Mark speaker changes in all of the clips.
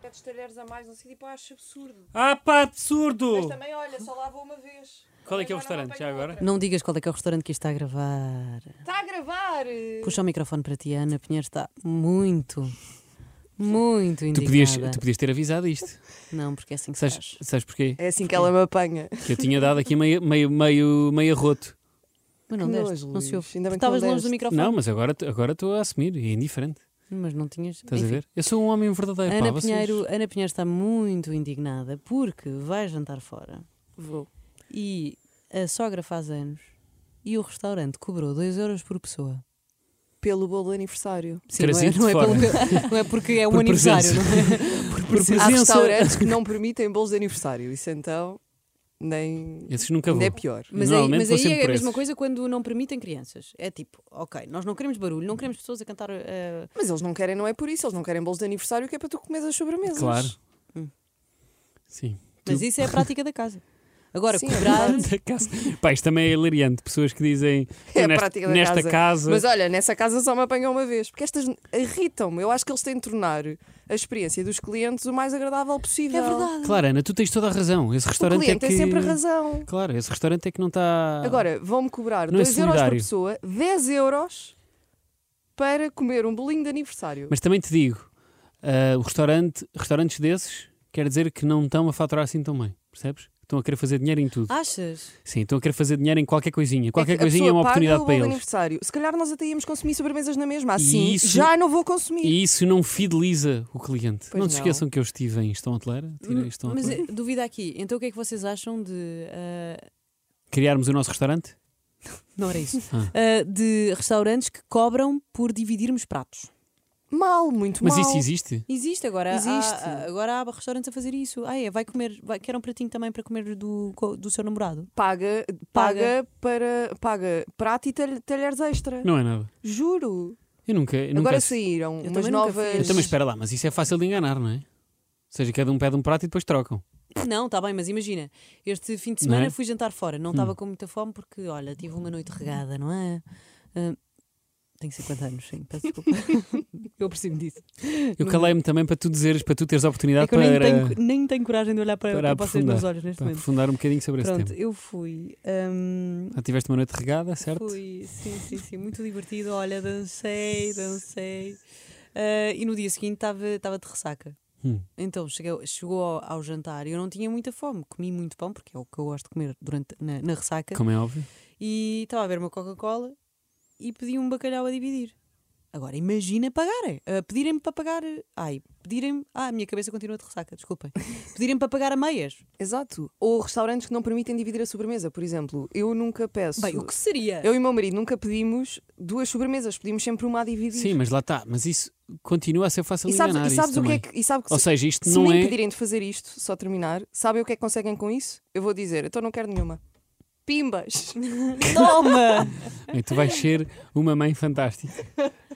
Speaker 1: quantos talheres a mais, não sei, tipo, acho absurdo.
Speaker 2: Ah pá, absurdo!
Speaker 1: Mas também, olha, só lá vou uma vez.
Speaker 2: Oh. Qual é que é o
Speaker 1: Agora não
Speaker 2: restaurante, já
Speaker 1: apanho
Speaker 2: agora?
Speaker 1: outra.
Speaker 3: Não digas qual é que é o restaurante que isto está a gravar.
Speaker 1: Está a gravar! eh.
Speaker 3: Puxa o microfone para ti, a Ana Pinheiro está muito, muito
Speaker 2: Tu
Speaker 3: indignada.
Speaker 2: podias, tu podias ter avisado isto.
Speaker 3: Não, porque é assim que se
Speaker 2: Sabes,
Speaker 3: faz.
Speaker 2: sabes porquê?
Speaker 1: É assim que ela me apanha.
Speaker 2: Que eu tinha dado aqui meio, meio, meio, meio roto.
Speaker 3: Mas não
Speaker 1: Que
Speaker 3: deste,
Speaker 1: nojo,
Speaker 3: não se
Speaker 1: Luís.
Speaker 3: ouve.
Speaker 1: Ainda bem que
Speaker 3: Estavas
Speaker 1: não
Speaker 3: longe do
Speaker 1: deste.
Speaker 3: microfone.
Speaker 2: Não, mas agora agora estou a assumir. É indiferente.
Speaker 3: Mas não tinhas.
Speaker 2: Estás a
Speaker 3: Enfim.
Speaker 2: ver? Eu sou um homem verdadeiro.
Speaker 3: Ana,
Speaker 2: pá, vocês-
Speaker 3: Pinheiro, Ana Pinheiro está muito indignada porque vai jantar fora
Speaker 1: Vou.
Speaker 3: e a sogra faz anos e o restaurante cobrou 2 euros por pessoa.
Speaker 1: Pelo bolo de aniversário.
Speaker 3: Sim, não é,
Speaker 2: Trazido
Speaker 3: não
Speaker 2: de
Speaker 3: é
Speaker 2: fora.
Speaker 3: pelo- não é porque é um
Speaker 2: Por
Speaker 3: aniversário,
Speaker 2: presença.
Speaker 3: não é?
Speaker 2: Por,
Speaker 1: Há
Speaker 2: presença.
Speaker 1: restaurantes que não permitem bolos de aniversário. Isso então nem,
Speaker 2: Esses nunca vou.
Speaker 1: ainda é pior.
Speaker 3: Mas aí,
Speaker 2: Normalmente
Speaker 3: mas
Speaker 2: vou
Speaker 3: aí
Speaker 2: sempre
Speaker 3: é a
Speaker 2: por
Speaker 3: mesma
Speaker 2: esses.
Speaker 3: coisa quando não permitem crianças. É tipo, ok, nós não queremos barulho, não queremos pessoas a cantar. eh,
Speaker 1: Mas eles não querem, não é por isso. Eles não querem bolos de aniversário que é para tu comeres as sobremesas.
Speaker 2: Claro.
Speaker 3: Hum.
Speaker 2: Sim.
Speaker 3: mas
Speaker 2: Tu-
Speaker 3: isso é a prática da casa. Agora,
Speaker 1: Sim, é
Speaker 3: cobrar.
Speaker 1: verdade.
Speaker 2: Da casa. Pá, isto também é hilariante. Pessoas que dizem
Speaker 1: É a
Speaker 2: nesta,
Speaker 1: prática da
Speaker 2: nesta
Speaker 1: casa.
Speaker 2: casa.
Speaker 1: Mas olha, nessa casa só me apanhou uma vez. Porque estas irritam-me. Eu acho que eles têm de tornar a experiência dos clientes o mais agradável possível.
Speaker 3: É verdade.
Speaker 2: Claro, Ana, tu tens toda a razão. Esse
Speaker 1: O
Speaker 2: restaurante é
Speaker 1: cliente
Speaker 2: que.
Speaker 1: tem sempre a razão.
Speaker 2: Claro, esse restaurante é que não está.
Speaker 1: Agora, vão-me cobrar
Speaker 2: Não é
Speaker 1: 2 euros por
Speaker 2: solidário.
Speaker 1: pessoa, 10 euros para comer um bolinho de aniversário.
Speaker 2: Mas também te digo, ah, o restaurante, restaurantes desses quer dizer que não estão a faturar assim tão bem, percebes? Estão a querer fazer dinheiro em tudo.
Speaker 3: Achas?
Speaker 2: Sim, estão a querer fazer dinheiro em qualquer coisinha. Qualquer
Speaker 1: É que a
Speaker 2: coisinha é
Speaker 1: pessoa
Speaker 2: uma
Speaker 1: paga
Speaker 2: oportunidade
Speaker 1: o
Speaker 2: para
Speaker 1: bolo de
Speaker 2: eles.
Speaker 1: aniversário. Se calhar nós até íamos consumir sobremesas na
Speaker 2: E
Speaker 1: mesma. Assim,
Speaker 2: isso-
Speaker 1: já não vou consumir.
Speaker 2: E isso não fideliza o cliente.
Speaker 1: Pois
Speaker 2: não se
Speaker 1: não. Hum,
Speaker 2: esqueçam que eu estive em Estão Atleira, tirei Estão
Speaker 3: Mas
Speaker 2: Atleira.
Speaker 3: eh, dúvida aqui, então o que é que vocês acham de. ah,
Speaker 1: é-
Speaker 2: Criarmos o nosso restaurante?
Speaker 3: não era isso.
Speaker 2: Ah.
Speaker 3: Ah, de restaurantes que cobram por dividirmos pratos.
Speaker 1: Mal, muito
Speaker 2: Mas
Speaker 1: mal.
Speaker 2: isso existe?
Speaker 3: Existe agora. há-
Speaker 1: Existe.
Speaker 3: há- agora há restaurantes a fazer isso. Ah, é, vai comer. Vai, quer um pratinho também para comer do, co- do seu namorado.
Speaker 1: Paga, paga, para paga prato e tal- talheres extra.
Speaker 2: Não é nada.
Speaker 1: Juro.
Speaker 2: Eu nunca. eu nunca
Speaker 1: Agora
Speaker 2: assisti.
Speaker 1: saíram umas
Speaker 3: também nunca
Speaker 1: novas.
Speaker 3: fiz.
Speaker 2: Então, mas espera lá, mas isso é fácil de enganar, não é? Ou seja, cada um pede um prato e depois trocam.
Speaker 3: Não, está bem, mas imagina, este fim de
Speaker 2: Não é? Hum.
Speaker 3: semana fui jantar fora, não estava com muita fome porque, olha, tive uma noite regada, não é? Ah, tenho 50 anos, sim, peço desculpa. eu percebo disso.
Speaker 2: Eu
Speaker 1: Hum.
Speaker 3: Não.
Speaker 2: calei-me também para tu dizeres, para tu teres a oportunidade
Speaker 3: É que eu nem
Speaker 2: para,
Speaker 3: tenho, nem tenho coragem de olhar para,
Speaker 2: para
Speaker 3: para, vocês
Speaker 2: aprofundar.
Speaker 3: nos olhos neste
Speaker 2: para
Speaker 3: momento.
Speaker 2: aprofundar um bocadinho sobre esse
Speaker 3: Pronto,
Speaker 2: tema.
Speaker 3: eu fui. hum,
Speaker 2: Ah, tiveste uma noite regada, certo?
Speaker 3: Fui, sim, sim, sim, muito divertido. Olha, dancei, dancei. Ah, e no dia seguinte estava de ressaca.
Speaker 2: Hum.
Speaker 3: Então cheguei- chegou ao, ao jantar e eu não tinha muita fome. Comi muito pão, porque é o que eu gosto de comer durante, na, na ressaca.
Speaker 2: Como é óbvio.
Speaker 3: E estava a ver uma Coca-Cola e pedi um bacalhau a dividir. Agora imagina pagarem. ah, pedirem-me para pagar. Ai, pedirem-me. Ah, a minha cabeça continua de ressaca, desculpem. Pedirem-me para pagar a meias.
Speaker 1: Exato. Ou restaurantes que não permitem dividir a sobremesa, por exemplo. Eu nunca peço.
Speaker 3: Bem, o que seria?
Speaker 1: Eu e o meu marido nunca pedimos duas sobremesas, pedimos sempre uma a dividir.
Speaker 2: Sim, mas lá está. Mas isso continua a ser fácil
Speaker 1: E
Speaker 2: de
Speaker 1: sabes,
Speaker 2: enganar.
Speaker 1: e sabes
Speaker 2: isso
Speaker 1: o que é
Speaker 2: também.
Speaker 1: que. E sabe que
Speaker 2: Ou
Speaker 1: se,
Speaker 2: seja, isto
Speaker 1: se
Speaker 2: não
Speaker 1: me
Speaker 2: é.
Speaker 1: impedirem de fazer isto, só terminar, sabem o que é que conseguem com isso? Eu vou dizer, então não quero nenhuma. Pimbas!
Speaker 2: É
Speaker 3: Toma!
Speaker 2: Ei, Tu vais ser uma mãe fantástica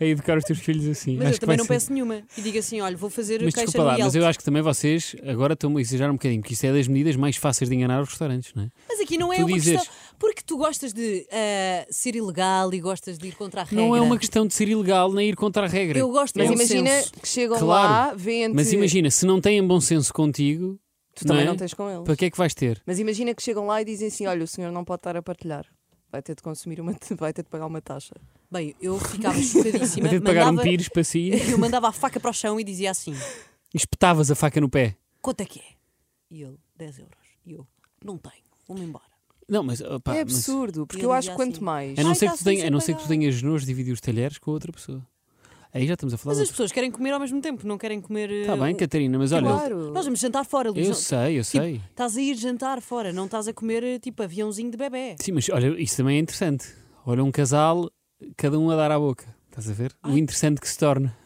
Speaker 2: a educar os teus filhos assim.
Speaker 3: Mas
Speaker 2: Acho
Speaker 3: eu
Speaker 2: que vai
Speaker 3: também não
Speaker 2: ser.
Speaker 3: peço nenhuma. E digo assim: olha, vou fazer
Speaker 2: Mas
Speaker 1: é
Speaker 3: caixa
Speaker 2: desculpa
Speaker 3: no
Speaker 2: lá, mas
Speaker 3: Yelp.
Speaker 2: eu acho que também vocês agora estão a exagerar um bocadinho, porque isso é das medidas mais fáceis de enganar os restaurantes, não é?
Speaker 3: Mas aqui não é
Speaker 2: tu
Speaker 3: uma
Speaker 2: dizes-
Speaker 3: questão. Porque tu gostas de ah, ser ilegal e gostas de ir contra a regra.
Speaker 2: Não é uma questão de ser ilegal nem ir contra a regra.
Speaker 3: Eu gosto
Speaker 2: É
Speaker 1: Mas
Speaker 2: um
Speaker 3: bom
Speaker 1: imagina
Speaker 2: senso.
Speaker 1: que chegam
Speaker 2: Claro.
Speaker 1: lá, vêm
Speaker 2: Mas imagina, se não têm bom senso contigo,
Speaker 1: Tu também
Speaker 2: não é?
Speaker 1: não tens com eles.
Speaker 2: para que é que vais ter?
Speaker 1: Mas imagina que chegam lá e dizem assim: olha, o senhor não pode estar a partilhar. Vai ter de consumir uma. Vai ter de pagar uma taxa.
Speaker 3: Bem, eu ficava chocadíssima.
Speaker 2: Vai ter de pagar um
Speaker 3: mandava-
Speaker 2: pires para si e
Speaker 3: Eu mandava a faca para o chão e dizia assim:
Speaker 2: espetavas a faca no pé.
Speaker 3: quanto é que é? E ele: 10 euros. E eu: não tenho, vou-me embora.
Speaker 2: Não, mas opá,
Speaker 1: é
Speaker 2: Ah, mas- É
Speaker 1: absurdo, porque
Speaker 3: Eu
Speaker 1: eu, acho
Speaker 3: dizia
Speaker 1: que quanto
Speaker 3: assim.
Speaker 1: mais.
Speaker 2: A não,
Speaker 3: Ai,
Speaker 2: ser,
Speaker 3: tá
Speaker 2: que tu
Speaker 3: sem
Speaker 2: tenhas, a não ser que tu
Speaker 3: separar.
Speaker 2: tenhas nojo de dividir os talheres com outra pessoa. Aí já estamos a falar.
Speaker 3: Mas
Speaker 2: de
Speaker 3: as
Speaker 2: outra-
Speaker 3: pessoas querem comer ao mesmo tempo, não querem comer. eh,
Speaker 1: Tá
Speaker 2: Está bem,
Speaker 3: o-
Speaker 2: Catarina,
Speaker 1: tipo,
Speaker 2: mas olha,
Speaker 1: claro.
Speaker 3: Nós vamos jantar fora, Luís.
Speaker 2: eu
Speaker 3: não-
Speaker 2: sei, eu
Speaker 1: tipo,
Speaker 2: sei.
Speaker 3: Estás a ir jantar fora, não estás a comer eh, tipo aviãozinho de bebê.
Speaker 2: Sim, mas olha, isso também é interessante. Olha, um casal, cada um a dar à boca. Estás a ver? O interessante que se torna.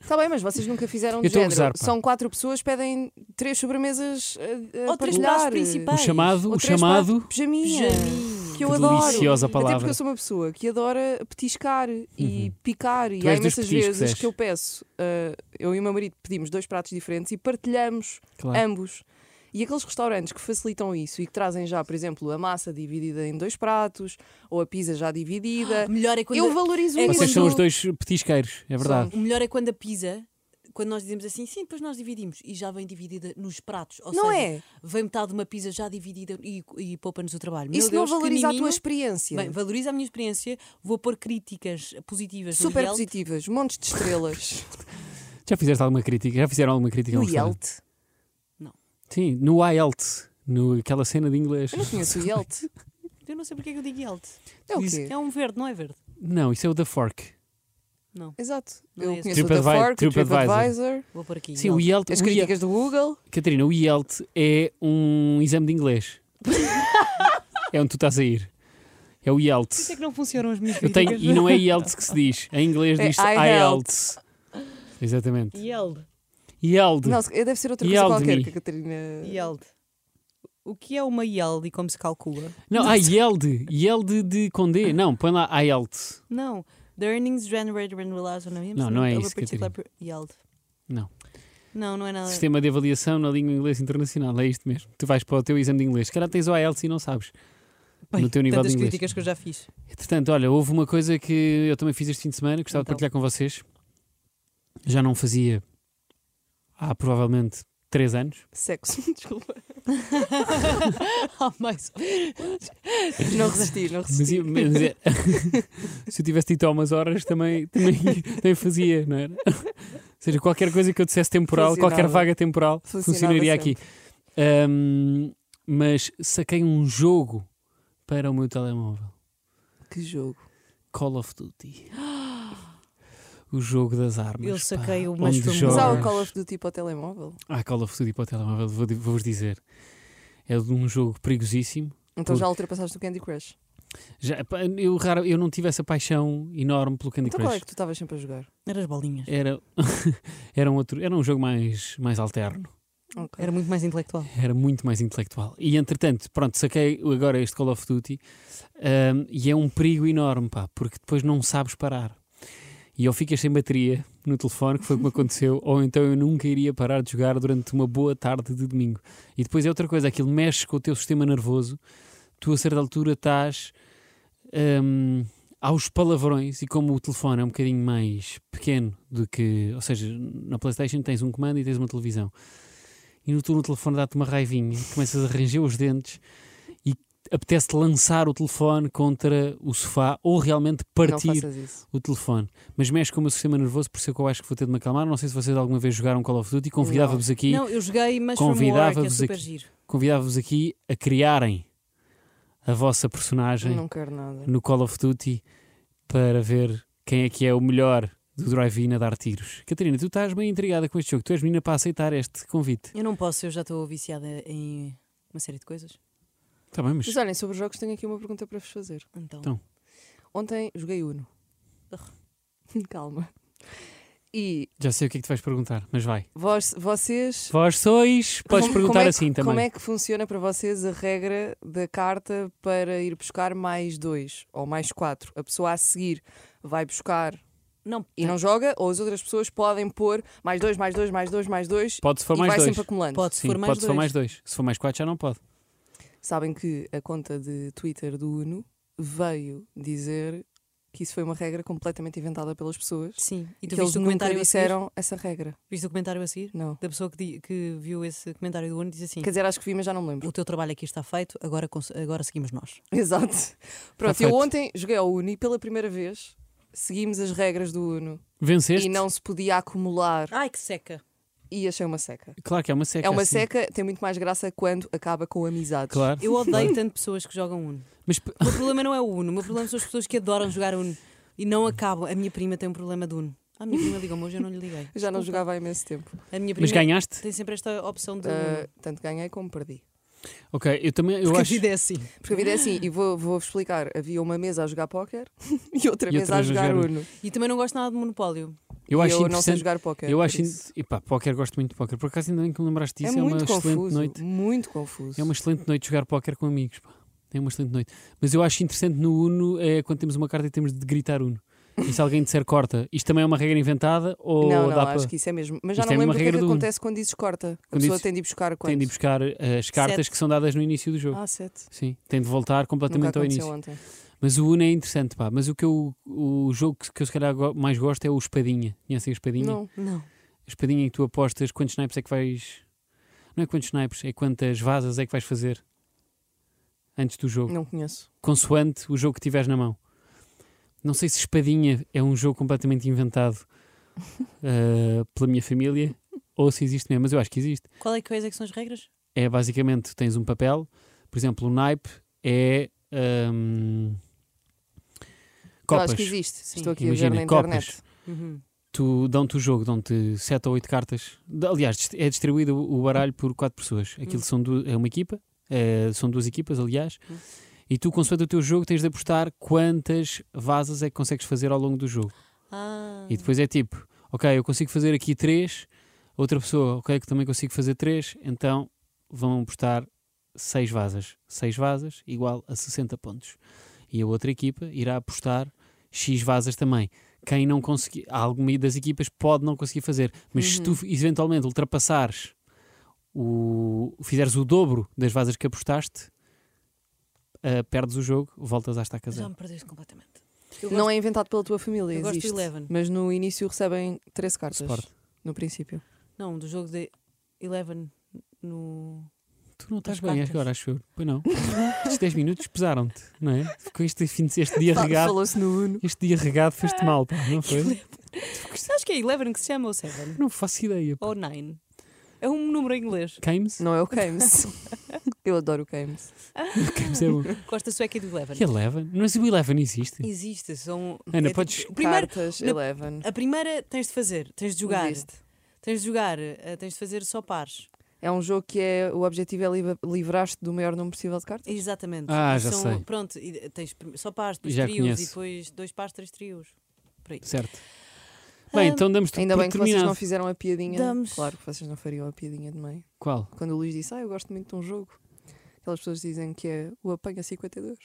Speaker 1: Está Tá bem, mas vocês nunca fizeram
Speaker 2: Eu
Speaker 1: de
Speaker 2: estou a
Speaker 1: género.
Speaker 2: gozar, pá.
Speaker 1: São quatro pessoas, pedem três sobremesas a, a
Speaker 3: Ou três
Speaker 1: partilhar.
Speaker 3: pratos principais.
Speaker 2: O chamado,
Speaker 1: Ou
Speaker 2: o
Speaker 1: três pratos
Speaker 2: chamado.
Speaker 1: de Pijaminha.
Speaker 3: Pijaminha.
Speaker 1: Que eu
Speaker 2: Que
Speaker 1: adoro.
Speaker 2: deliciosa
Speaker 1: Até
Speaker 2: palavra. Uhum.
Speaker 1: porque eu sou uma pessoa que adora petiscar e picar.
Speaker 2: Tu
Speaker 1: e há
Speaker 2: és dos
Speaker 1: imensas
Speaker 2: petiscos,
Speaker 1: vezes
Speaker 2: és.
Speaker 1: que eu peço, ah, eu e o meu marido pedimos dois pratos diferentes e partilhamos
Speaker 2: Claro.
Speaker 1: ambos. E aqueles restaurantes que facilitam isso e que trazem já, por exemplo, a massa dividida em dois pratos ou a pizza já dividida.
Speaker 3: Melhor é quando
Speaker 1: eu Tá. valorizo
Speaker 3: é
Speaker 1: isso.
Speaker 2: Vocês são
Speaker 3: quando-
Speaker 2: os dois petisqueiros, é verdade.
Speaker 3: O melhor é quando a pizza quando nós dizemos assim, sim, depois nós dividimos e já vem dividida nos pratos. Ou
Speaker 1: Não
Speaker 3: seja,
Speaker 1: é?
Speaker 3: vem metade de uma pizza já dividida e, e poupa-nos o trabalho. Meu
Speaker 1: Isso
Speaker 3: Deus,
Speaker 1: não
Speaker 3: que
Speaker 1: valoriza a tua
Speaker 3: miminho.
Speaker 1: experiência.
Speaker 3: Bem, valoriza a minha experiência, vou pôr críticas positivas no
Speaker 1: Super
Speaker 3: Yelp.
Speaker 1: positivas, montes de estrelas.
Speaker 2: Já fizeste alguma crítica? Já fizeram alguma crítica a um
Speaker 1: no
Speaker 2: restaurante?
Speaker 1: Yelt.
Speaker 2: Sim, no IELTS, no, aquela cena de inglês.
Speaker 1: Eu não conheço o Yelt.
Speaker 3: Eu não sei porque é que eu digo Yelt.
Speaker 1: É o
Speaker 2: Isso
Speaker 1: quê?
Speaker 3: É um verde, não é verde?
Speaker 2: Não, isso é o The Fork.
Speaker 3: Não,
Speaker 1: Exato.
Speaker 3: Não
Speaker 1: eu
Speaker 3: é esse.
Speaker 1: conheço o da
Speaker 2: TripAdvi-
Speaker 1: Fork, o
Speaker 2: TripAdvisor.
Speaker 1: TripAdvisor,
Speaker 3: vou pôr aqui.
Speaker 2: Sim, o
Speaker 3: Yelp.
Speaker 2: IELTS.
Speaker 1: as
Speaker 2: o IELTS
Speaker 1: críticas do Google.
Speaker 2: Catarina, o IELTS é um exame de inglês. é onde tu estás a ir. É o
Speaker 3: Isso é
Speaker 2: IELTS.
Speaker 3: que não funcionam as minhas
Speaker 2: Eu tenho,
Speaker 3: críticas.
Speaker 2: e não é IELTS que se diz. Em inglês
Speaker 1: É
Speaker 2: diz
Speaker 1: IELTS.
Speaker 2: IELTS. Exatamente.
Speaker 3: Yeld.
Speaker 2: IELTS.
Speaker 1: Não, se- deve ser outra coisa
Speaker 2: Yeld
Speaker 1: qualquer
Speaker 2: me.
Speaker 1: que a Catarina.
Speaker 3: Yeld. O que é uma Yeld e como se calcula?
Speaker 2: Não, ah, IELTS. IELTS de Condé. Não, põe lá IELTS.
Speaker 3: Não. The earnings generated when relies on
Speaker 2: Não, não é
Speaker 3: of a
Speaker 2: isso,
Speaker 3: particular per- Yeld.
Speaker 2: Não.
Speaker 3: Não, não é
Speaker 1: Ah.
Speaker 3: nada.
Speaker 2: Sistema de avaliação na língua inglesa internacional. É isto mesmo. Tu vais para o teu exame de inglês. Se calhar tens o IELTS e não sabes.
Speaker 3: Bem,
Speaker 2: no teu nível
Speaker 3: tantas
Speaker 2: de inglês.
Speaker 3: críticas que eu já fiz.
Speaker 2: Entretanto, olha, houve uma coisa que eu também fiz este fim de semana, gostava de
Speaker 3: Então.
Speaker 2: partilhar com vocês. Já não fazia há provavelmente 3 anos.
Speaker 1: Sexo, desculpa.
Speaker 3: Ah, mais.
Speaker 1: Não resisti, não
Speaker 2: Mas,
Speaker 1: resisti.
Speaker 2: ia- mas é- se eu tivesse dito há umas horas, também, também, também fazia, não era? Ou seja, qualquer coisa que eu dissesse temporal, qualquer
Speaker 1: Funcionava.
Speaker 2: vaga temporal,
Speaker 1: Funcionava
Speaker 2: funcionaria aqui. Ahm, mas saquei um jogo para o meu telemóvel.
Speaker 1: Que jogo.
Speaker 2: Call of Duty. O jogo das armas.
Speaker 3: Eu saquei
Speaker 2: pá,
Speaker 3: o mais
Speaker 2: onde
Speaker 3: famoso.
Speaker 1: Mas há o
Speaker 2: jogas-
Speaker 1: Call of Duty para o telemóvel?
Speaker 2: Ah, Call of Duty para o telemóvel, vou- vou-vos dizer. É de um jogo perigosíssimo.
Speaker 1: Então
Speaker 2: Tudo.
Speaker 1: já ultrapassaste o Candy Crush.
Speaker 2: Já, pá, eu, raro, eu não tive essa paixão enorme pelo Candy
Speaker 1: Então
Speaker 2: Crush.
Speaker 1: qual é que tu estavas sempre a jogar?
Speaker 3: Era as bolinhas.
Speaker 2: Era, era, um outro, era um jogo mais, mais alterno.
Speaker 1: Ok.
Speaker 3: Era muito mais intelectual.
Speaker 2: Era muito mais intelectual. E entretanto, pronto, saquei agora este Call of Duty ahm, e é um perigo enorme, pá, porque depois não sabes parar. E eu fico sem bateria no telefone, que foi o que me aconteceu, ou então eu nunca iria parar de jogar durante uma boa tarde de domingo. E depois é outra coisa, aquilo mexe com o teu sistema nervoso, tu a certa altura estás ahm, aos palavrões, e como o telefone é um bocadinho mais pequeno do que. Ou seja, na PlayStation tens um comando e tens uma televisão e no turno o telefone dá-te uma raivinha, começas a ranger os dentes e apetece lançar o telefone contra o sofá ou realmente
Speaker 1: Não
Speaker 2: partir
Speaker 1: faças isso.
Speaker 2: o telefone. Mas mexe com o meu sistema nervoso, por isso é que eu acho que vou ter de me acalmar. Não sei se vocês alguma vez jogaram Call of Duty, convidava-vos aqui,
Speaker 3: Não, eu joguei, mas foi uma hora que é
Speaker 2: Convidava-vos
Speaker 3: super
Speaker 2: aqui.
Speaker 3: giro.
Speaker 2: convidava-vos aqui a criarem a vossa personagem
Speaker 1: Não quero nada.
Speaker 2: no Call of Duty para ver quem é que é o melhor do drive-in a dar tiros. Catarina, tu estás bem intrigada com este jogo. Tu és menina para aceitar este convite.
Speaker 3: Eu não posso, eu já estou viciada em uma série de coisas.
Speaker 2: Está Tá bem, mas
Speaker 1: Mas olhem, sobre jogos tenho aqui uma pergunta para vos fazer.
Speaker 3: Então,
Speaker 2: Então.
Speaker 1: Ontem joguei Uno. Calma. E
Speaker 2: já sei o que é que tu vais perguntar, mas vai.
Speaker 1: vós- vocês.
Speaker 2: Vós sois, podes
Speaker 1: como-
Speaker 2: perguntar
Speaker 1: como é que-
Speaker 2: assim também.
Speaker 1: Como é que funciona para vocês a regra da carta para ir buscar mais dois ou mais quatro? A pessoa a seguir vai buscar
Speaker 3: não,
Speaker 1: e não joga, ou as outras pessoas podem pôr mais dois, mais dois, mais dois, mais dois
Speaker 2: Pode se for
Speaker 1: e
Speaker 2: mais
Speaker 1: vai
Speaker 2: dois.
Speaker 1: sempre acumulando.
Speaker 3: Pode se
Speaker 2: Sim,
Speaker 3: for mais
Speaker 2: pode se for
Speaker 3: dois.
Speaker 2: mais dois. Se for mais quatro, já não pode.
Speaker 1: Sabem que a conta de Twitter do Uno veio dizer que isso foi uma regra completamente inventada pelas pessoas.
Speaker 3: Sim, e
Speaker 1: E
Speaker 3: tu
Speaker 1: que eles
Speaker 3: viste o
Speaker 1: nunca
Speaker 3: comentário a seguir?
Speaker 1: disseram essa regra.
Speaker 3: Viste o comentário a seguir?
Speaker 1: Não.
Speaker 3: Da pessoa que, di- que viu esse comentário do ano diz assim:
Speaker 1: Quer dizer, acho que vi, mas já não me lembro.
Speaker 3: O teu trabalho aqui está feito, agora, cons- agora seguimos nós.
Speaker 1: Exato. Pronto,
Speaker 2: feito.
Speaker 1: eu ontem joguei ao Uno e pela primeira vez seguimos as regras do Uno
Speaker 2: Venceste?
Speaker 1: e não se podia acumular
Speaker 3: Ai que seca!
Speaker 1: e achei uma seca.
Speaker 2: Claro que é uma seca.
Speaker 1: é uma
Speaker 2: assim.
Speaker 1: seca, tem muito mais graça quando acaba com amizades.
Speaker 2: Claro.
Speaker 3: Eu odeio tanto pessoas que jogam Uno.
Speaker 2: Mas p-
Speaker 3: O meu problema não é o Uno, o meu problema são as pessoas que adoram jogar Uno e não acabam. A minha prima tem um problema de Uno. Ah, A minha prima ligou-me hoje, eu não lhe liguei.
Speaker 1: Eu já não
Speaker 3: Desculpa.
Speaker 1: jogava há imenso tempo.
Speaker 3: A minha
Speaker 2: mas
Speaker 3: prima
Speaker 2: ganhaste?
Speaker 3: tem sempre esta opção de.
Speaker 1: Ah, tanto ganhei como perdi.
Speaker 2: Ok, eu também eu
Speaker 3: Porque
Speaker 2: acho.
Speaker 3: a vida é assim.
Speaker 1: Porque a vida é assim, e vou- vou-vos explicar: havia uma mesa a jogar póquer e outra
Speaker 2: E
Speaker 1: mesa
Speaker 2: outra
Speaker 1: a jogar
Speaker 2: jogar-
Speaker 1: Uno.
Speaker 3: E também não gosto nada de monopólio.
Speaker 2: Eu
Speaker 1: E
Speaker 2: acho
Speaker 1: não sei
Speaker 2: interessante.
Speaker 1: jogar póquer.
Speaker 2: eu
Speaker 1: por
Speaker 2: acho. in-
Speaker 1: isso.
Speaker 2: Epá, póquer, gosto muito de póquer. Por acaso ainda bem que me lembraste
Speaker 1: É
Speaker 2: disso. uma
Speaker 1: muito
Speaker 2: excelente
Speaker 1: confuso.
Speaker 2: noite.
Speaker 1: Muito confuso.
Speaker 2: É uma excelente noite jogar póquer com amigos. Pá. É uma excelente noite. Mas eu acho interessante no Uno é quando temos uma carta e temos de gritar Uno. E se alguém disser corta, isto também é uma regra inventada? Ou
Speaker 1: Não, não,
Speaker 2: dá
Speaker 1: acho
Speaker 2: para.
Speaker 1: que isso é mesmo. Mas já
Speaker 2: Isto
Speaker 1: não
Speaker 2: é
Speaker 1: me
Speaker 2: uma
Speaker 1: lembro o que é que
Speaker 2: regra do Uno.
Speaker 1: acontece quando dizes corta. A
Speaker 2: Quando
Speaker 1: pessoa
Speaker 2: dizes-
Speaker 1: tem de ir buscar quando?
Speaker 2: Tem de ir buscar eh, as cartas
Speaker 3: Sete.
Speaker 2: que são dadas no início do jogo.
Speaker 1: Ah, sete.
Speaker 2: Sim, tem de voltar
Speaker 1: Nunca
Speaker 2: completamente ao
Speaker 1: aconteceu
Speaker 2: início.
Speaker 1: ontem.
Speaker 2: Mas o Uno é interessante, pá. Mas o que eu, o jogo que, que eu se calhar go- mais gosto é o Espadinha. Conhecem a Espadinha?
Speaker 1: Não.
Speaker 3: Não.
Speaker 2: a espadinha que tu apostas, quantos naipes é que vais. Não é quantos naipes, é quantas vasas é que vais fazer antes do jogo,
Speaker 1: Não conheço.
Speaker 2: consoante o jogo que tiveres na mão. Não sei se espadinha é um jogo completamente inventado ah, pela minha família ou se existe mesmo, mas eu acho que existe.
Speaker 3: Qual é, quais é que são as regras?
Speaker 2: é basicamente tu tens um papel, por exemplo, o naipe é hum,
Speaker 1: Eu
Speaker 2: copas.
Speaker 1: acho que existe.
Speaker 3: Sim.
Speaker 1: Estou aqui a ver
Speaker 2: Imagina,
Speaker 1: na
Speaker 2: copas.
Speaker 1: internet.
Speaker 3: Uhum.
Speaker 2: Tu dão-te o jogo, dão-te 7 ou 8 cartas. De- Aliás, dist- é distribuído o o baralho por 4 pessoas. Aquilo
Speaker 3: Hum.
Speaker 2: são du- é uma equipa, eh, são duas equipas, aliás.
Speaker 3: Hum.
Speaker 2: E tu, consoante o teu jogo, tens de apostar quantas vasas é que consegues fazer ao longo do jogo.
Speaker 3: Ah.
Speaker 2: E depois é tipo, ok, eu consigo fazer aqui três, outra pessoa, ok, que também consigo fazer três, então vão apostar seis vasas. Seis vasas igual a 60 pontos. E a outra equipa irá apostar X vasas também. Quem não conseguir, alguma das equipas pode não conseguir fazer, mas
Speaker 1: Uhum.
Speaker 2: se tu eventualmente ultrapassares o. fizeres o dobro das vasas que apostaste, ah, perdes o jogo, voltas à estaca
Speaker 3: Já
Speaker 2: zero.
Speaker 3: me perdeste completamente.
Speaker 1: Não é inventado pela tua família,
Speaker 3: Eu gosto do
Speaker 1: existe.
Speaker 3: 11.
Speaker 1: Mas no início recebem 13 cartas.
Speaker 2: Sport.
Speaker 1: No princípio.
Speaker 3: Não, do jogo de Eleven no.
Speaker 2: Tu não estás
Speaker 3: As
Speaker 2: bem
Speaker 3: cartas.
Speaker 2: agora, acho eu. Pois não. Estes 10 minutos pesaram-te, não é? Ficou este, fim de- este dia regado.
Speaker 1: Falou-se no Uno.
Speaker 2: Este dia regado fez-te mal, pá, não foi?
Speaker 3: Sabes que é Eleven que se chama ou Seven?
Speaker 2: Não faço ideia. pá.
Speaker 3: Ou Nine. É um número em inglês.
Speaker 2: Games?
Speaker 1: Não é o Cames. Eu adoro o Cames.
Speaker 2: Games é bom.
Speaker 3: Costa sueca do Eleven.
Speaker 2: Que Eleven? Não é o Eleven existe?
Speaker 3: Existe, são.
Speaker 2: Ana,
Speaker 3: é,
Speaker 2: podes-
Speaker 3: tipo, o primeiro-
Speaker 1: Cartas,
Speaker 3: na-
Speaker 1: Eleven.
Speaker 3: a primeira tens de fazer, tens de jogar.
Speaker 1: Existe.
Speaker 3: Tens de jogar, eh, tens de fazer só pares.
Speaker 1: É um jogo que é. O objetivo é liva- livrar-te do maior número possível de cartas.
Speaker 3: Exatamente.
Speaker 2: Ah,
Speaker 3: E
Speaker 2: já
Speaker 3: são-
Speaker 2: sei.
Speaker 3: Pronto, e tens prim- só pares, depois
Speaker 2: Já
Speaker 3: trios e
Speaker 2: conheço.
Speaker 3: depois dois pares, três trios. Por aí.
Speaker 2: Certo. Bem,
Speaker 3: Ah,
Speaker 2: então damos tudo
Speaker 1: Ainda
Speaker 2: por
Speaker 1: bem que vocês
Speaker 2: terminado.
Speaker 1: não fizeram a piadinha.
Speaker 3: Damos.
Speaker 1: Claro que vocês não fariam a piadinha de meio.
Speaker 2: Qual?
Speaker 1: Quando o Luís disse, ah, eu gosto muito de um jogo. Aquelas pessoas dizem que é o apanha 52.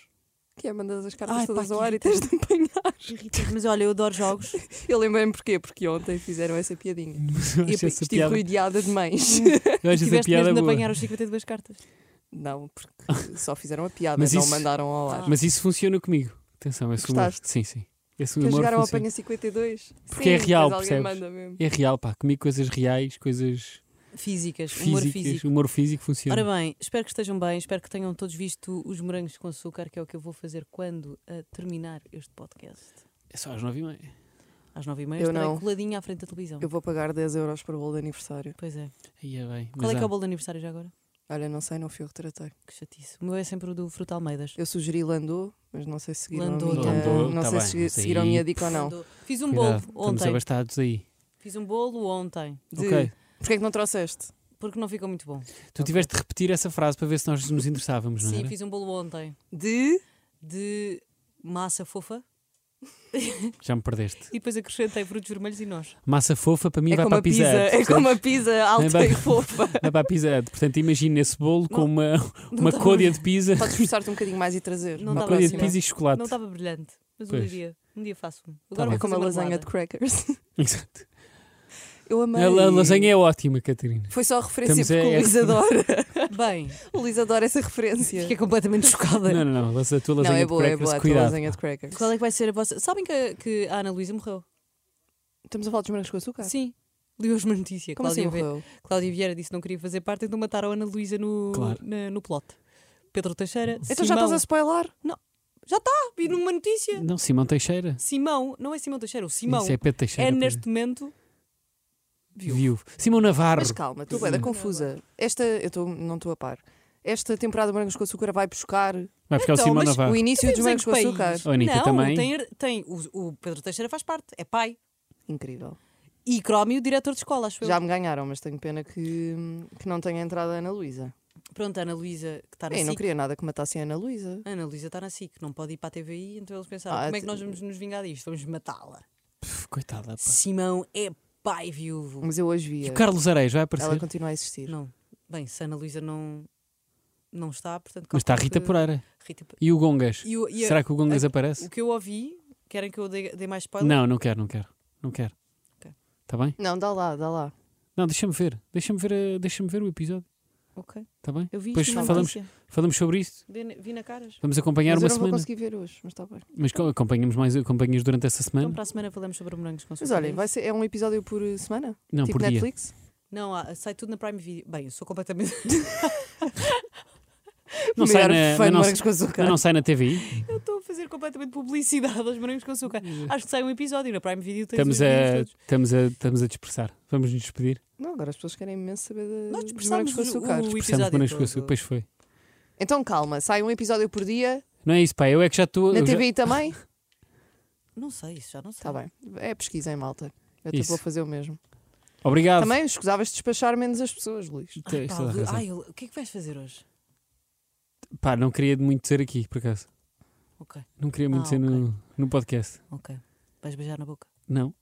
Speaker 1: Que é mandas as cartas
Speaker 3: Ai, pá,
Speaker 1: todas
Speaker 3: que
Speaker 1: ao ar e tens de apanhar.
Speaker 3: Irritante. Mas olha, eu adoro jogos.
Speaker 1: Eu lembrei-me porquê, porque ontem fizeram essa piadinha.
Speaker 2: Eu
Speaker 1: E eu
Speaker 2: acho essa
Speaker 1: estive
Speaker 2: piada, Hum.
Speaker 1: rodeada de mães.
Speaker 2: eu acho essa
Speaker 3: Tiveste
Speaker 2: piada
Speaker 3: mesmo de
Speaker 2: boa.
Speaker 3: apanhar os 52 cartas.
Speaker 1: Não, porque só fizeram a piada,
Speaker 2: Mas
Speaker 1: não
Speaker 2: isso-
Speaker 1: mandaram ao ar.
Speaker 3: Ah.
Speaker 2: Mas isso funciona comigo. Atenção, esse humor.
Speaker 1: Gostaste?
Speaker 2: Sim, sim. Esse
Speaker 1: Quer
Speaker 2: humor
Speaker 1: jogar ao
Speaker 2: funciona.
Speaker 1: apanha 52?
Speaker 2: assim. Porque
Speaker 1: Sim,
Speaker 2: é real,
Speaker 1: depois alguém
Speaker 2: percebes?
Speaker 1: manda mesmo.
Speaker 2: É real, pá. Comigo coisas reais, coisas
Speaker 3: Físicas, humor
Speaker 2: físicas.
Speaker 3: físico.
Speaker 2: Humor físico funciona.
Speaker 3: Ora bem, espero que estejam bem, espero que tenham todos visto os morangos com açúcar, que é o que eu vou fazer quando ah, terminar este podcast.
Speaker 2: É só às nove e meia.
Speaker 3: Às nove e meia
Speaker 1: Eu
Speaker 3: estarei
Speaker 1: não.
Speaker 3: coladinha à frente da televisão.
Speaker 2: É.
Speaker 1: Eu vou pagar 10 euros para o bolo de aniversário.
Speaker 3: Pois é.
Speaker 2: Aí é bem.
Speaker 3: Qual
Speaker 2: Mas
Speaker 3: é que é
Speaker 2: há-
Speaker 3: o bolo de aniversário já agora?
Speaker 1: Olha, não sei, não fui eu que tratei.
Speaker 3: Que chatice. O meu é sempre o do Fruta Almeidas.
Speaker 1: Eu sugeri Landô, mas não sei se seguiram
Speaker 3: Landô,
Speaker 1: a minha,
Speaker 2: Landô,
Speaker 1: não
Speaker 2: tá
Speaker 1: sei
Speaker 2: bem,
Speaker 1: se
Speaker 2: mas
Speaker 1: seguiram a
Speaker 2: aí-
Speaker 1: minha dica ou não.
Speaker 3: Mandou. Fiz um
Speaker 2: Cuidado,
Speaker 3: bolo
Speaker 2: Estamos
Speaker 3: ontem.
Speaker 2: abastados aí.
Speaker 3: Fiz um bolo ontem.
Speaker 1: De...
Speaker 2: Ok.
Speaker 1: Porquê é que não trouxeste?
Speaker 3: Porque não ficou muito bom.
Speaker 2: Tu tiveste de repetir essa frase para ver se nós nos interessávamos, não
Speaker 3: Sim,
Speaker 2: era?
Speaker 3: fiz um bolo ontem
Speaker 1: De.
Speaker 3: de massa fofa
Speaker 2: Já me perdeste.
Speaker 3: e depois acrescentei frutos vermelhos e nós.
Speaker 2: Massa fofa para mim
Speaker 1: é
Speaker 2: vai
Speaker 1: como
Speaker 2: para
Speaker 1: a
Speaker 2: a pizza.
Speaker 1: pizza, é como a pizza alta
Speaker 2: Vai
Speaker 1: e
Speaker 2: para-
Speaker 1: fofa.
Speaker 2: Vai para a pizza. Portanto, imagina esse bolo com
Speaker 3: Não.
Speaker 2: uma,
Speaker 3: Não tá-
Speaker 2: uma
Speaker 3: tava-
Speaker 2: côdea de pizza,
Speaker 1: Podes esforçar-te um bocadinho mais e trazer.
Speaker 3: Não
Speaker 2: uma
Speaker 3: tava
Speaker 2: côdea
Speaker 3: assim,
Speaker 2: de pizza e chocolate.
Speaker 3: Não estava brilhante, mas um
Speaker 2: Pois.
Speaker 3: dia, um dia faço-me.
Speaker 2: Tá
Speaker 3: Agora
Speaker 2: bem.
Speaker 1: É
Speaker 3: vou
Speaker 1: como a
Speaker 3: fazer
Speaker 1: lasanha de
Speaker 3: marmelada.
Speaker 1: crackers.
Speaker 2: Exato.
Speaker 1: Eu amei.
Speaker 2: A, la- a lasanha é ótima, Catarina.
Speaker 1: Foi só a referência
Speaker 2: Estamos a-
Speaker 1: porque o Luís adora.
Speaker 3: Bem,
Speaker 1: O Luís adora essa referência.
Speaker 3: fiquei completamente chocada.
Speaker 2: Não, não, não. las- A tua
Speaker 1: Não,
Speaker 2: lasanha
Speaker 1: é
Speaker 2: de
Speaker 1: boa, é
Speaker 2: crackers,
Speaker 1: boa a tua
Speaker 2: cuidado.
Speaker 1: lasanha de crackers.
Speaker 3: Qual é que vai ser a vossa. Sabem que, que a Ana Luísa morreu?
Speaker 1: Estamos a falar dos morangos com açúcar?
Speaker 3: Sim. Li hoje uma notícia.
Speaker 1: Como assim
Speaker 3: Cláudia, Ve-
Speaker 1: morreu?
Speaker 3: Cláudia Vieira disse que não queria fazer parte, então mataram a Ana Luísa no,
Speaker 2: Claro.
Speaker 3: na- no plot. Pedro Teixeira.
Speaker 1: Então já
Speaker 3: Simão,
Speaker 1: estás a spoiler?
Speaker 3: Ah, vi numa notícia.
Speaker 2: Não, Simão Teixeira.
Speaker 3: Simão, não é Simão Teixeira, o Simão
Speaker 2: Isso é Pedro Teixeira.
Speaker 3: é
Speaker 2: pois
Speaker 3: neste momento.
Speaker 2: Viu. Simão Navarro.
Speaker 1: Mas calma, tu é da
Speaker 2: Sim.
Speaker 1: confusa. Esta, eu tô- não estou a par. Esta temporada de morangos com açúcar vai buscar
Speaker 2: Vai buscar
Speaker 3: Então,
Speaker 2: o Simão
Speaker 3: mas
Speaker 2: Navarro.
Speaker 1: o início dos morangos com
Speaker 3: Vivemos em que
Speaker 1: açúcar.
Speaker 3: país?
Speaker 2: A Anitta
Speaker 3: não,
Speaker 2: também.
Speaker 3: Tem, tem- o, o Pedro Teixeira faz parte, é pai.
Speaker 1: Incrível.
Speaker 3: E Crómio, diretor de escola, acho
Speaker 1: Já
Speaker 3: eu.
Speaker 1: me ganharam, mas tenho pena que, que não tenha entrado a Ana Luísa.
Speaker 3: Pronto, a Ana Luísa, que está na
Speaker 1: Ei, não
Speaker 3: SIC.
Speaker 1: queria nada que matassem a Ana Luísa.
Speaker 3: A Ana Luísa está na SIC, não pode ir para a TVI, então eles pensaram:
Speaker 1: Ah,
Speaker 3: como é
Speaker 1: te-
Speaker 3: que nós vamos nos vingar disto? Vamos matá-la.
Speaker 2: Pff, Coitada. pá.
Speaker 3: Simão é pai viúvo.
Speaker 1: Mas eu hoje
Speaker 2: E
Speaker 1: via.
Speaker 2: o Carlos Areias vai
Speaker 1: Ela
Speaker 2: aparecer.
Speaker 1: continua a existir.
Speaker 3: Não. Bem, se a Ana Luísa não, não está, portanto.
Speaker 2: Mas está a
Speaker 3: calculo
Speaker 2: Rita
Speaker 3: que-
Speaker 2: Poreira.
Speaker 3: Rita Por-
Speaker 2: E o Gongas.
Speaker 3: E o, e a-
Speaker 2: Será que o Gongas aparece?
Speaker 3: o que eu ouvi, querem que eu dê, dê mais spoiler?
Speaker 2: Não, não quero, não quero. Não quero.
Speaker 3: Ok.
Speaker 2: Está bem?
Speaker 1: Não, dá lá, dá lá.
Speaker 2: Não, deixa-me ver. Deixa-me ver, eh, deixa-me ver o episódio.
Speaker 3: Ok.
Speaker 2: Está bem?
Speaker 3: Eu vi
Speaker 2: Depois
Speaker 3: isto na
Speaker 2: falamos,
Speaker 3: notícia.
Speaker 2: falamos sobre isso.
Speaker 3: Vi na- Vi na caras.
Speaker 2: Vamos acompanhar
Speaker 1: Mas
Speaker 2: uma
Speaker 1: eu não vou
Speaker 2: semana.
Speaker 1: conseguir ver hoje, mas está bem.
Speaker 2: Mas co- acompanhamos mais acompanhas durante essa
Speaker 3: Então
Speaker 2: semana?
Speaker 3: para a semana falamos sobre morangos com
Speaker 1: Mas
Speaker 3: açúcar,
Speaker 1: olhem,
Speaker 3: é
Speaker 1: vai
Speaker 3: isso?
Speaker 1: ser, é um episódio por eh, semana?
Speaker 2: Não,
Speaker 1: tipo
Speaker 2: por dia.
Speaker 1: Netflix?
Speaker 3: Não, há- sai tudo na Prime Video. Bem, eu sou completamente.
Speaker 2: Não
Speaker 1: Mulher
Speaker 2: sai na,
Speaker 1: fã
Speaker 2: na
Speaker 1: de
Speaker 2: nossa-
Speaker 1: morangos com açúcar.
Speaker 2: mas não sai na TV.
Speaker 3: eu estou a fazer completamente publicidade aos morangos com açúcar. Acho que sai um episódio e na Prime Video. Tem
Speaker 2: Estamos
Speaker 3: os
Speaker 2: a,
Speaker 3: vídeos todos.
Speaker 2: estamos, a, estamos a dispersar. Vamos nos despedir.
Speaker 1: Não, agora as pessoas querem imenso saber de,
Speaker 3: Nós
Speaker 1: dos morangos
Speaker 3: dispersámos
Speaker 1: com
Speaker 3: o,
Speaker 1: açúcar.
Speaker 3: o
Speaker 2: Dispersamos
Speaker 3: episódio. é
Speaker 2: morangos com
Speaker 3: todo.
Speaker 2: açúcar. Pois foi.
Speaker 1: Então calma, sai um episódio por dia,
Speaker 2: Não é isso, pá. Eu é que já estou.
Speaker 1: na
Speaker 2: eu já-
Speaker 1: TVI também?
Speaker 3: Não sei, isso já não sei.
Speaker 1: Está bem. É pesquisa em malta. Eu até
Speaker 2: Isso. Tá.
Speaker 1: vou fazer o mesmo.
Speaker 2: Obrigado.
Speaker 1: Também escusavas de despachar menos as pessoas, Luís.
Speaker 3: Ai,
Speaker 2: Tens
Speaker 3: Ah, pá,
Speaker 2: toda a
Speaker 3: Lu-
Speaker 2: razão.
Speaker 3: ai, eu- o que é que vais fazer hoje?
Speaker 2: Pá, não queria muito ser aqui, por acaso.
Speaker 3: Ok,
Speaker 2: Não queria muito
Speaker 3: Ah,
Speaker 2: ser no, no podcast.
Speaker 3: ok. Vais beijar na boca.
Speaker 2: Não.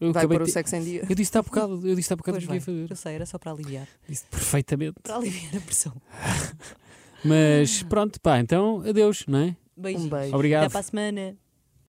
Speaker 2: Eu,
Speaker 1: Vai
Speaker 2: acabei
Speaker 1: pôr o
Speaker 2: de-
Speaker 1: sexo em dia.
Speaker 2: eu disse há bocado, eu disse há bocado o que
Speaker 3: Pois
Speaker 2: queria
Speaker 3: bem,
Speaker 2: fazer.
Speaker 3: Eu sei, era só para aliviar.
Speaker 2: Disse perfeitamente.
Speaker 3: Para aliviar a pressão.
Speaker 2: Mas pronto, pá, então adeus, não é?
Speaker 3: Beijinhos.
Speaker 1: Um beijo.
Speaker 2: Obrigado.
Speaker 3: Até para a semana.